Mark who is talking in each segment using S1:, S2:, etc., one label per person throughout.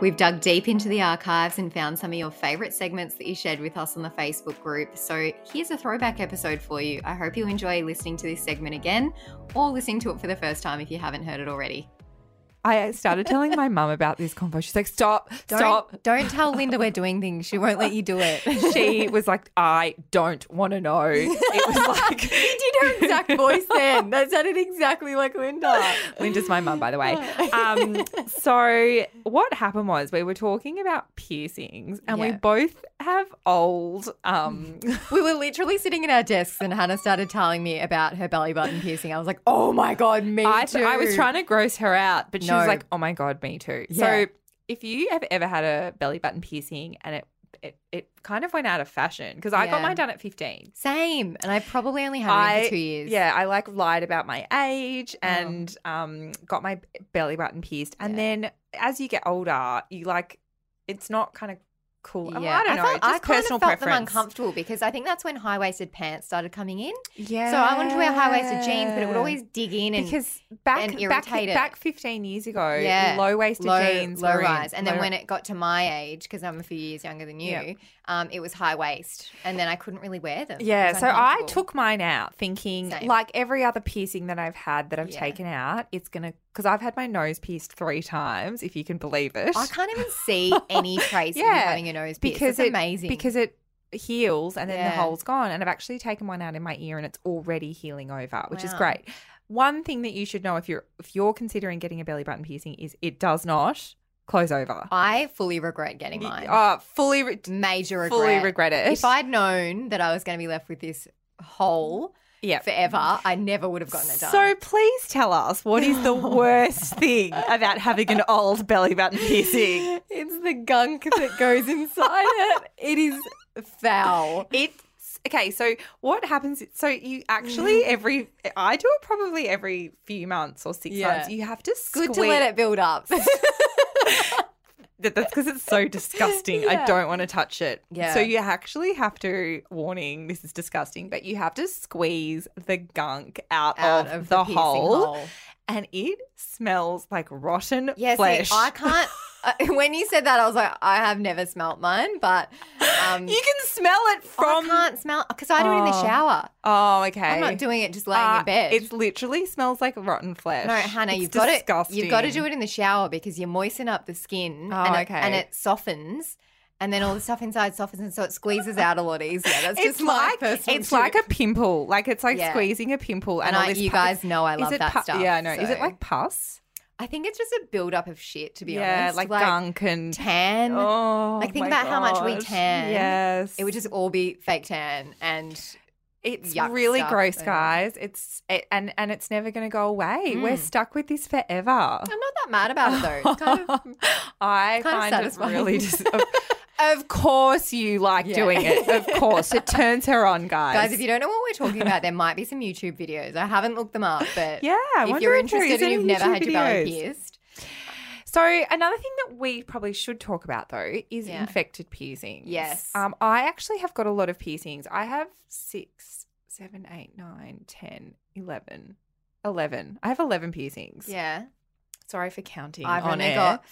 S1: We've dug deep into the archives and found some of your favorite segments that you shared with us on the Facebook group. So here's a throwback episode for you. I hope you enjoy listening to this segment again or listening to it for the first time if you haven't heard it already.
S2: I started telling my mum about this convo. She's like, stop,
S1: Don't,
S2: stop.
S1: don't tell Linda we're doing things. She won't let you do it.
S2: She was like, I don't want to know. It was like,
S1: did her exact voice then. That sounded exactly like Linda.
S2: Linda's my mum, by the way. Um, so what happened was we were talking about piercings, and we
S1: Yeah.
S2: both have old. Um,
S1: We were literally sitting at our desks and Hannah started telling me about her belly button piercing. I was like, oh my God, me
S2: I,
S1: too.
S2: I was trying to gross her out, but she was
S1: No.
S2: like, "Oh my god, me too."
S1: Yeah.
S2: So if you have ever had a belly button piercing and it it, it kind of went out of fashion because I
S1: Yeah.
S2: got mine done at fifteen.
S1: Same. And I probably only had it
S2: I
S1: for two years.
S2: Yeah, I like lied about my age and um got my b- belly button pierced. And
S1: Oh. Yeah.
S2: then as you get older, you like it's not kind of cool. Oh,
S1: Yeah,
S2: I don't know.
S1: felt-
S2: just
S1: kind
S2: personal
S1: of felt them
S2: preference.
S1: uncomfortable because I think that's when high waisted pants started coming in.
S2: Yeah.
S1: So I wanted to wear high waisted jeans, but it would always dig in and
S2: because back
S1: and
S2: back
S1: irritate it.
S2: back 15 years ago,
S1: Yeah.
S2: low waisted
S1: low,
S2: jeans,
S1: low
S2: were in.
S1: rise. And then
S2: Low-
S1: when it got to my age, because I'm a few years younger than you,
S2: Yeah.
S1: um, it was high waist, and then I couldn't really wear them. It
S2: Yeah,
S1: was
S2: so I
S1: uncomfortable.
S2: took mine out thinking,
S1: Same.
S2: like every other piercing that I've had that I've
S1: Yeah.
S2: taken out, it's gonna because I've had my nose pierced three times, if you can believe it.
S1: I can't even see any trace of
S2: Yeah,
S1: you having a nose pierced.
S2: because
S1: Because
S2: it,
S1: amazing.
S2: because it heals and then the
S1: Yeah.
S2: hole's gone. And I've actually taken one out in my ear and it's already healing over, which is
S1: Wow.
S2: great. One thing that you should know if you're if you're considering getting a belly button piercing is it does not close over.
S1: I fully regret getting mine.
S2: Uh, fully re-
S1: Major regret.
S2: fully regret it.
S1: If I'd known that I was going to be left with this hole
S2: yeah.
S1: forever, I never would have gotten it done.
S2: So please tell us what is the worst thing about having an old belly button piercing?
S1: It's the gunk that goes inside it. It is foul.
S2: It's okay. So what happens? So you actually every I do it probably every few months or six
S1: Yeah.
S2: months. You have to
S1: Good
S2: squeeze.
S1: to let it build up.
S2: That's because it's so disgusting. I
S1: Yeah.
S2: don't want to touch it.
S1: Yeah.
S2: So you actually have to warning. This is disgusting, but you have to squeeze the gunk out,
S1: out
S2: of,
S1: of
S2: the,
S1: piercing
S2: hole, and it smells like rotten
S1: Yeah,
S2: flesh.
S1: see, I can't. I, when you said that, I was like, I have never smelt mine, but um,
S2: you can smell
S1: I
S2: it from.
S1: can't smell because I do it in
S2: Oh.
S1: the shower.
S2: Oh, okay.
S1: I'm not doing it just laying
S2: Uh,
S1: in bed.
S2: It literally smells like rotten flesh.
S1: no, Hannah,
S2: It's
S1: you've got
S2: disgusting.
S1: to you've got to do it in the shower because you moisten up the skin
S2: Oh,
S1: and, it,
S2: okay.
S1: and it softens, and then all the stuff inside softens, and so it squeezes out a lot easier. That's
S2: It's
S1: just my
S2: like
S1: personal
S2: it's like a
S1: tip.
S2: pimple. Like it's like
S1: Yeah.
S2: squeezing a pimple, and,
S1: And
S2: all
S1: I-
S2: this
S1: you
S2: pus-
S1: guys know I
S2: Is
S1: love
S2: it
S1: that
S2: pu-
S1: stuff,
S2: Yeah, I know. Is it
S1: so-
S2: like pus?
S1: I think it's just a buildup of shit, to be
S2: yeah,
S1: honest.
S2: like, gunk and
S1: tan.
S2: oh,
S1: Like, think
S2: my
S1: about how much we
S2: gosh.
S1: tan.
S2: Yes,
S1: It would just all be fake tan, and
S2: It's
S1: yuck
S2: really
S1: stuff
S2: gross,
S1: and-
S2: guys. It's it, and and it's never going to go away. We're
S1: Mm.
S2: stuck with this forever.
S1: I'm not that mad about it though. It's kind of
S2: I
S1: kind of
S2: find it
S1: satisfying.
S2: really dis- of, of course you like
S1: Yeah.
S2: doing it. Of course. It turns her on, guys.
S1: Guys, if you don't know what we're talking about, there might be some YouTube videos. I haven't looked them up, but
S2: Yeah, I
S1: if
S2: wonder
S1: you're
S2: if there
S1: interested
S2: is
S1: and
S2: any
S1: you've never had
S2: YouTube
S1: your belly
S2: videos.
S1: pierced,
S2: So another thing that we probably should talk about though is
S1: Yeah.
S2: infected piercings.
S1: Yes.
S2: Um, I actually have got a lot of piercings. I have six, seven, eight, nine, ten, eleven. Eleven. I have eleven piercings.
S1: yeah,
S2: Sorry for counting.
S1: I've
S2: on
S1: only
S2: air.
S1: got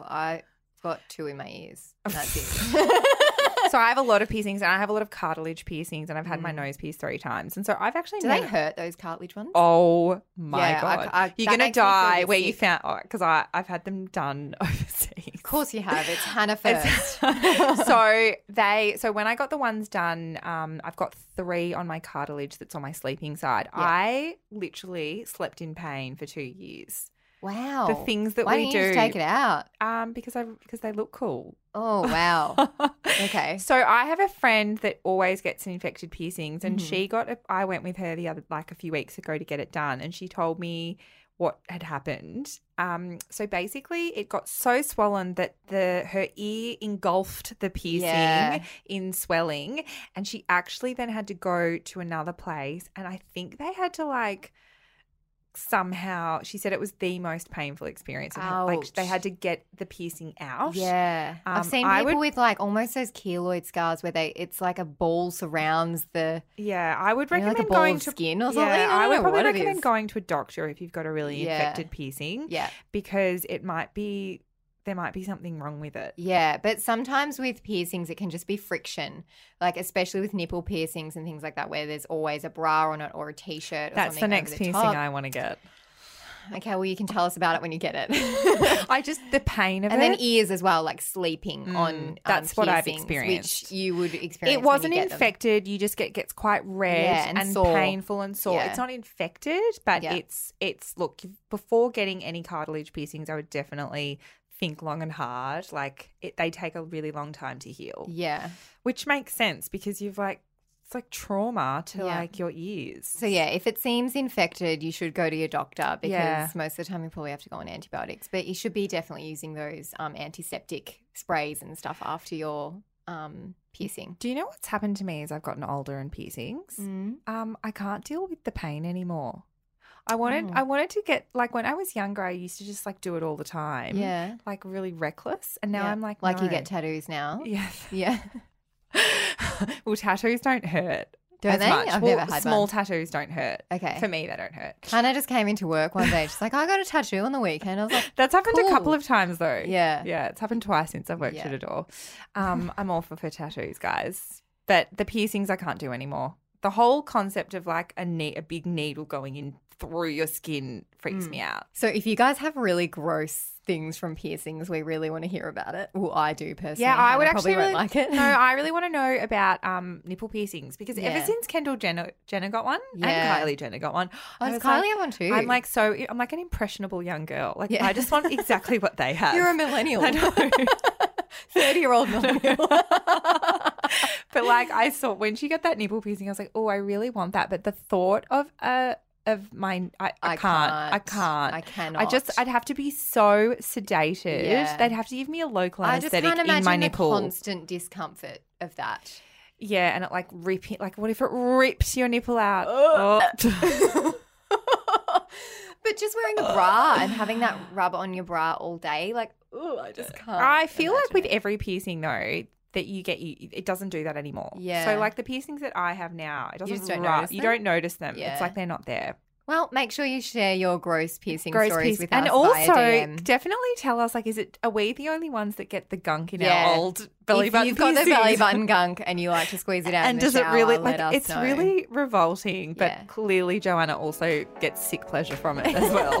S1: I got two in my ears. and That's it.
S2: so I have a lot of piercings and I have a lot of cartilage piercings and I've had my
S1: Mm.
S2: nose pierced three times. And so I've actually
S1: Do they
S2: never-
S1: hurt those cartilage ones?
S2: Oh my
S1: Yeah, I-
S2: god.
S1: I-
S2: You're
S1: that makes me
S2: gonna
S1: feel a
S2: die
S1: bit
S2: where you
S1: sick.
S2: found oh, cuz I I've had them done overseas.
S1: Of course you have. It's Hannah
S2: It's-
S1: first.
S2: so they so when I got the ones done, um, I've got three on my cartilage that's on my sleeping side.
S1: Yeah.
S2: I literally slept in pain for two years.
S1: wow.
S2: The things that
S1: Oh, Why
S2: we
S1: didn't
S2: do
S1: you just take it out?
S2: um because I because they look cool.
S1: Oh wow. Okay.
S2: So I have a friend that always gets infected piercings, and
S1: Mhm.
S2: she got. A, I went with her the other like a few weeks ago to get it done, and she told me what had happened. Um, so basically, it got so swollen that the her ear engulfed the piercing
S1: Yeah.
S2: in swelling, and she actually then had to go to another place. And I think they had to like somehow. She said it was the most painful experience. Of her, like they
S1: Ouch.
S2: had to get the piercing out.
S1: Yeah. I've
S2: Um,
S1: seen
S2: I
S1: people
S2: would-
S1: with like almost those keloid scars where they it's like a ball surrounds the
S2: Yeah, I would
S1: you know,
S2: recommend
S1: like a ball
S2: going
S1: of
S2: to.
S1: skin or something.
S2: Yeah,
S1: I,
S2: I,
S1: don't
S2: would
S1: know
S2: probably
S1: what it
S2: recommend
S1: is.
S2: going to a doctor if you've got a really
S1: Yeah.
S2: infected piercing
S1: Yeah.
S2: because it might be there might be something wrong with it.
S1: Yeah, but sometimes with piercings, it can just be friction, like especially with nipple piercings and things like that, where there's always a bra on it or a t-shirt. Or
S2: That's the
S1: something over
S2: next piercing
S1: top.
S2: I want to get.
S1: Okay, well you can tell us about it when you get it.
S2: I just the pain of
S1: and
S2: it.
S1: then ears as well, like sleeping on.
S2: Mm,
S1: um,
S2: that's what I've
S1: piercings,
S2: experienced.
S1: Which you would experience.
S2: it
S1: when
S2: wasn't
S1: you get them.
S2: infected. You just get gets quite red
S1: Yeah, and
S2: and,
S1: sore.
S2: painful and sore.
S1: Yeah.
S2: It's not infected, but
S1: Yeah.
S2: it's it's look before getting any cartilage piercings, I would definitely think long and hard. Like it, they take a really long time to heal,
S1: Yeah.
S2: which makes sense because you've like it's like trauma to
S1: Yeah.
S2: like your ears.
S1: So yeah, if it seems infected, you should go to your doctor because
S2: Yeah.
S1: most of the time you probably have to go on antibiotics. But you should be definitely using those um, antiseptic sprays and stuff after your um, piercing.
S2: Do you know what's happened to me as I've gotten older and piercings?
S1: Mm.
S2: Um, I can't deal with the pain anymore. I wanted
S1: Oh.
S2: I wanted to get like when I was younger, I used to just like do it all the time.
S1: Yeah.
S2: Like really reckless. And now
S1: Yeah.
S2: I'm like
S1: like you
S2: no.
S1: get tattoos now.
S2: Yes.
S1: Yeah.
S2: well, tattoos don't hurt.
S1: Don't
S2: as
S1: they?
S2: Much.
S1: I've
S2: well,
S1: never had
S2: small
S1: one.
S2: tattoos don't hurt.
S1: Okay.
S2: For me, they don't hurt.
S1: Hannah just came into work one day. She's like, I got a tattoo on the weekend. I was like,
S2: That's happened a couple
S1: Cool.
S2: of times though.
S1: Yeah.
S2: Yeah, it's happened twice since I've worked
S1: Yeah.
S2: at a door. Um, I'm all for, for tattoos, guys. But the piercings I can't do anymore. The whole concept of like a ne- a big needle going in through your skin freaks me out.
S1: So if you guys have really gross things from piercings, we really want to hear about it. Well, I do personally.
S2: Yeah, I
S1: Hannah
S2: would
S1: probably
S2: actually
S1: won't
S2: really,
S1: like it.
S2: no, I really want to know about um nipple piercings because
S1: Yeah.
S2: ever since Kendall Jenner Jenner got one
S1: Yeah.
S2: and Kylie Jenner got one,
S1: I
S2: I was
S1: Kylie
S2: like-
S1: have one too.
S2: I'm like so I'm like an impressionable young girl. Like
S1: Yeah.
S2: I just want exactly what they have.
S1: you're a millennial.
S2: uh, I know.
S1: 30 year old millennial.
S2: but like I saw when she got that nipple piercing, I was like, oh, I really want that. But the thought of uh of mine, I, I, can't, I can't.
S1: I
S2: I
S1: cannot.
S2: I just, I'd have to be so sedated.
S1: Yeah.
S2: They'd have to give me a local
S1: I just
S2: anesthetic
S1: can't imagine
S2: in my
S1: the
S2: nipple.
S1: constant discomfort of that.
S2: yeah, and it like ripping. Like, what if it rips your nipple out? Oh.
S1: but just wearing a bra and having that rub on your bra all day, like, oh, I just can't.
S2: I feel like
S1: imagine
S2: with
S1: it.
S2: every piercing though that you get, you, it doesn't do that anymore.
S1: Yeah.
S2: So like the piercings that I have now, it doesn't.
S1: just don't
S2: rub-
S1: notice
S2: You
S1: them?
S2: don't notice them.
S1: Yeah.
S2: It's like they're not there.
S1: Well, make sure you share your gross piercing
S2: Gross
S1: stories
S2: piece.
S1: with us
S2: and
S1: via
S2: also
S1: DM.
S2: definitely tell us like is it are we the only ones that get the gunk in
S1: Yeah.
S2: our old belly
S1: if
S2: button
S1: you've got the
S2: piercings?
S1: belly button gunk and you like to squeeze it out, in
S2: and
S1: the
S2: does it really
S1: shower,
S2: like
S1: let us
S2: it's
S1: know.
S2: really revolting but
S1: Yeah.
S2: clearly joanna also gets sick pleasure from it as well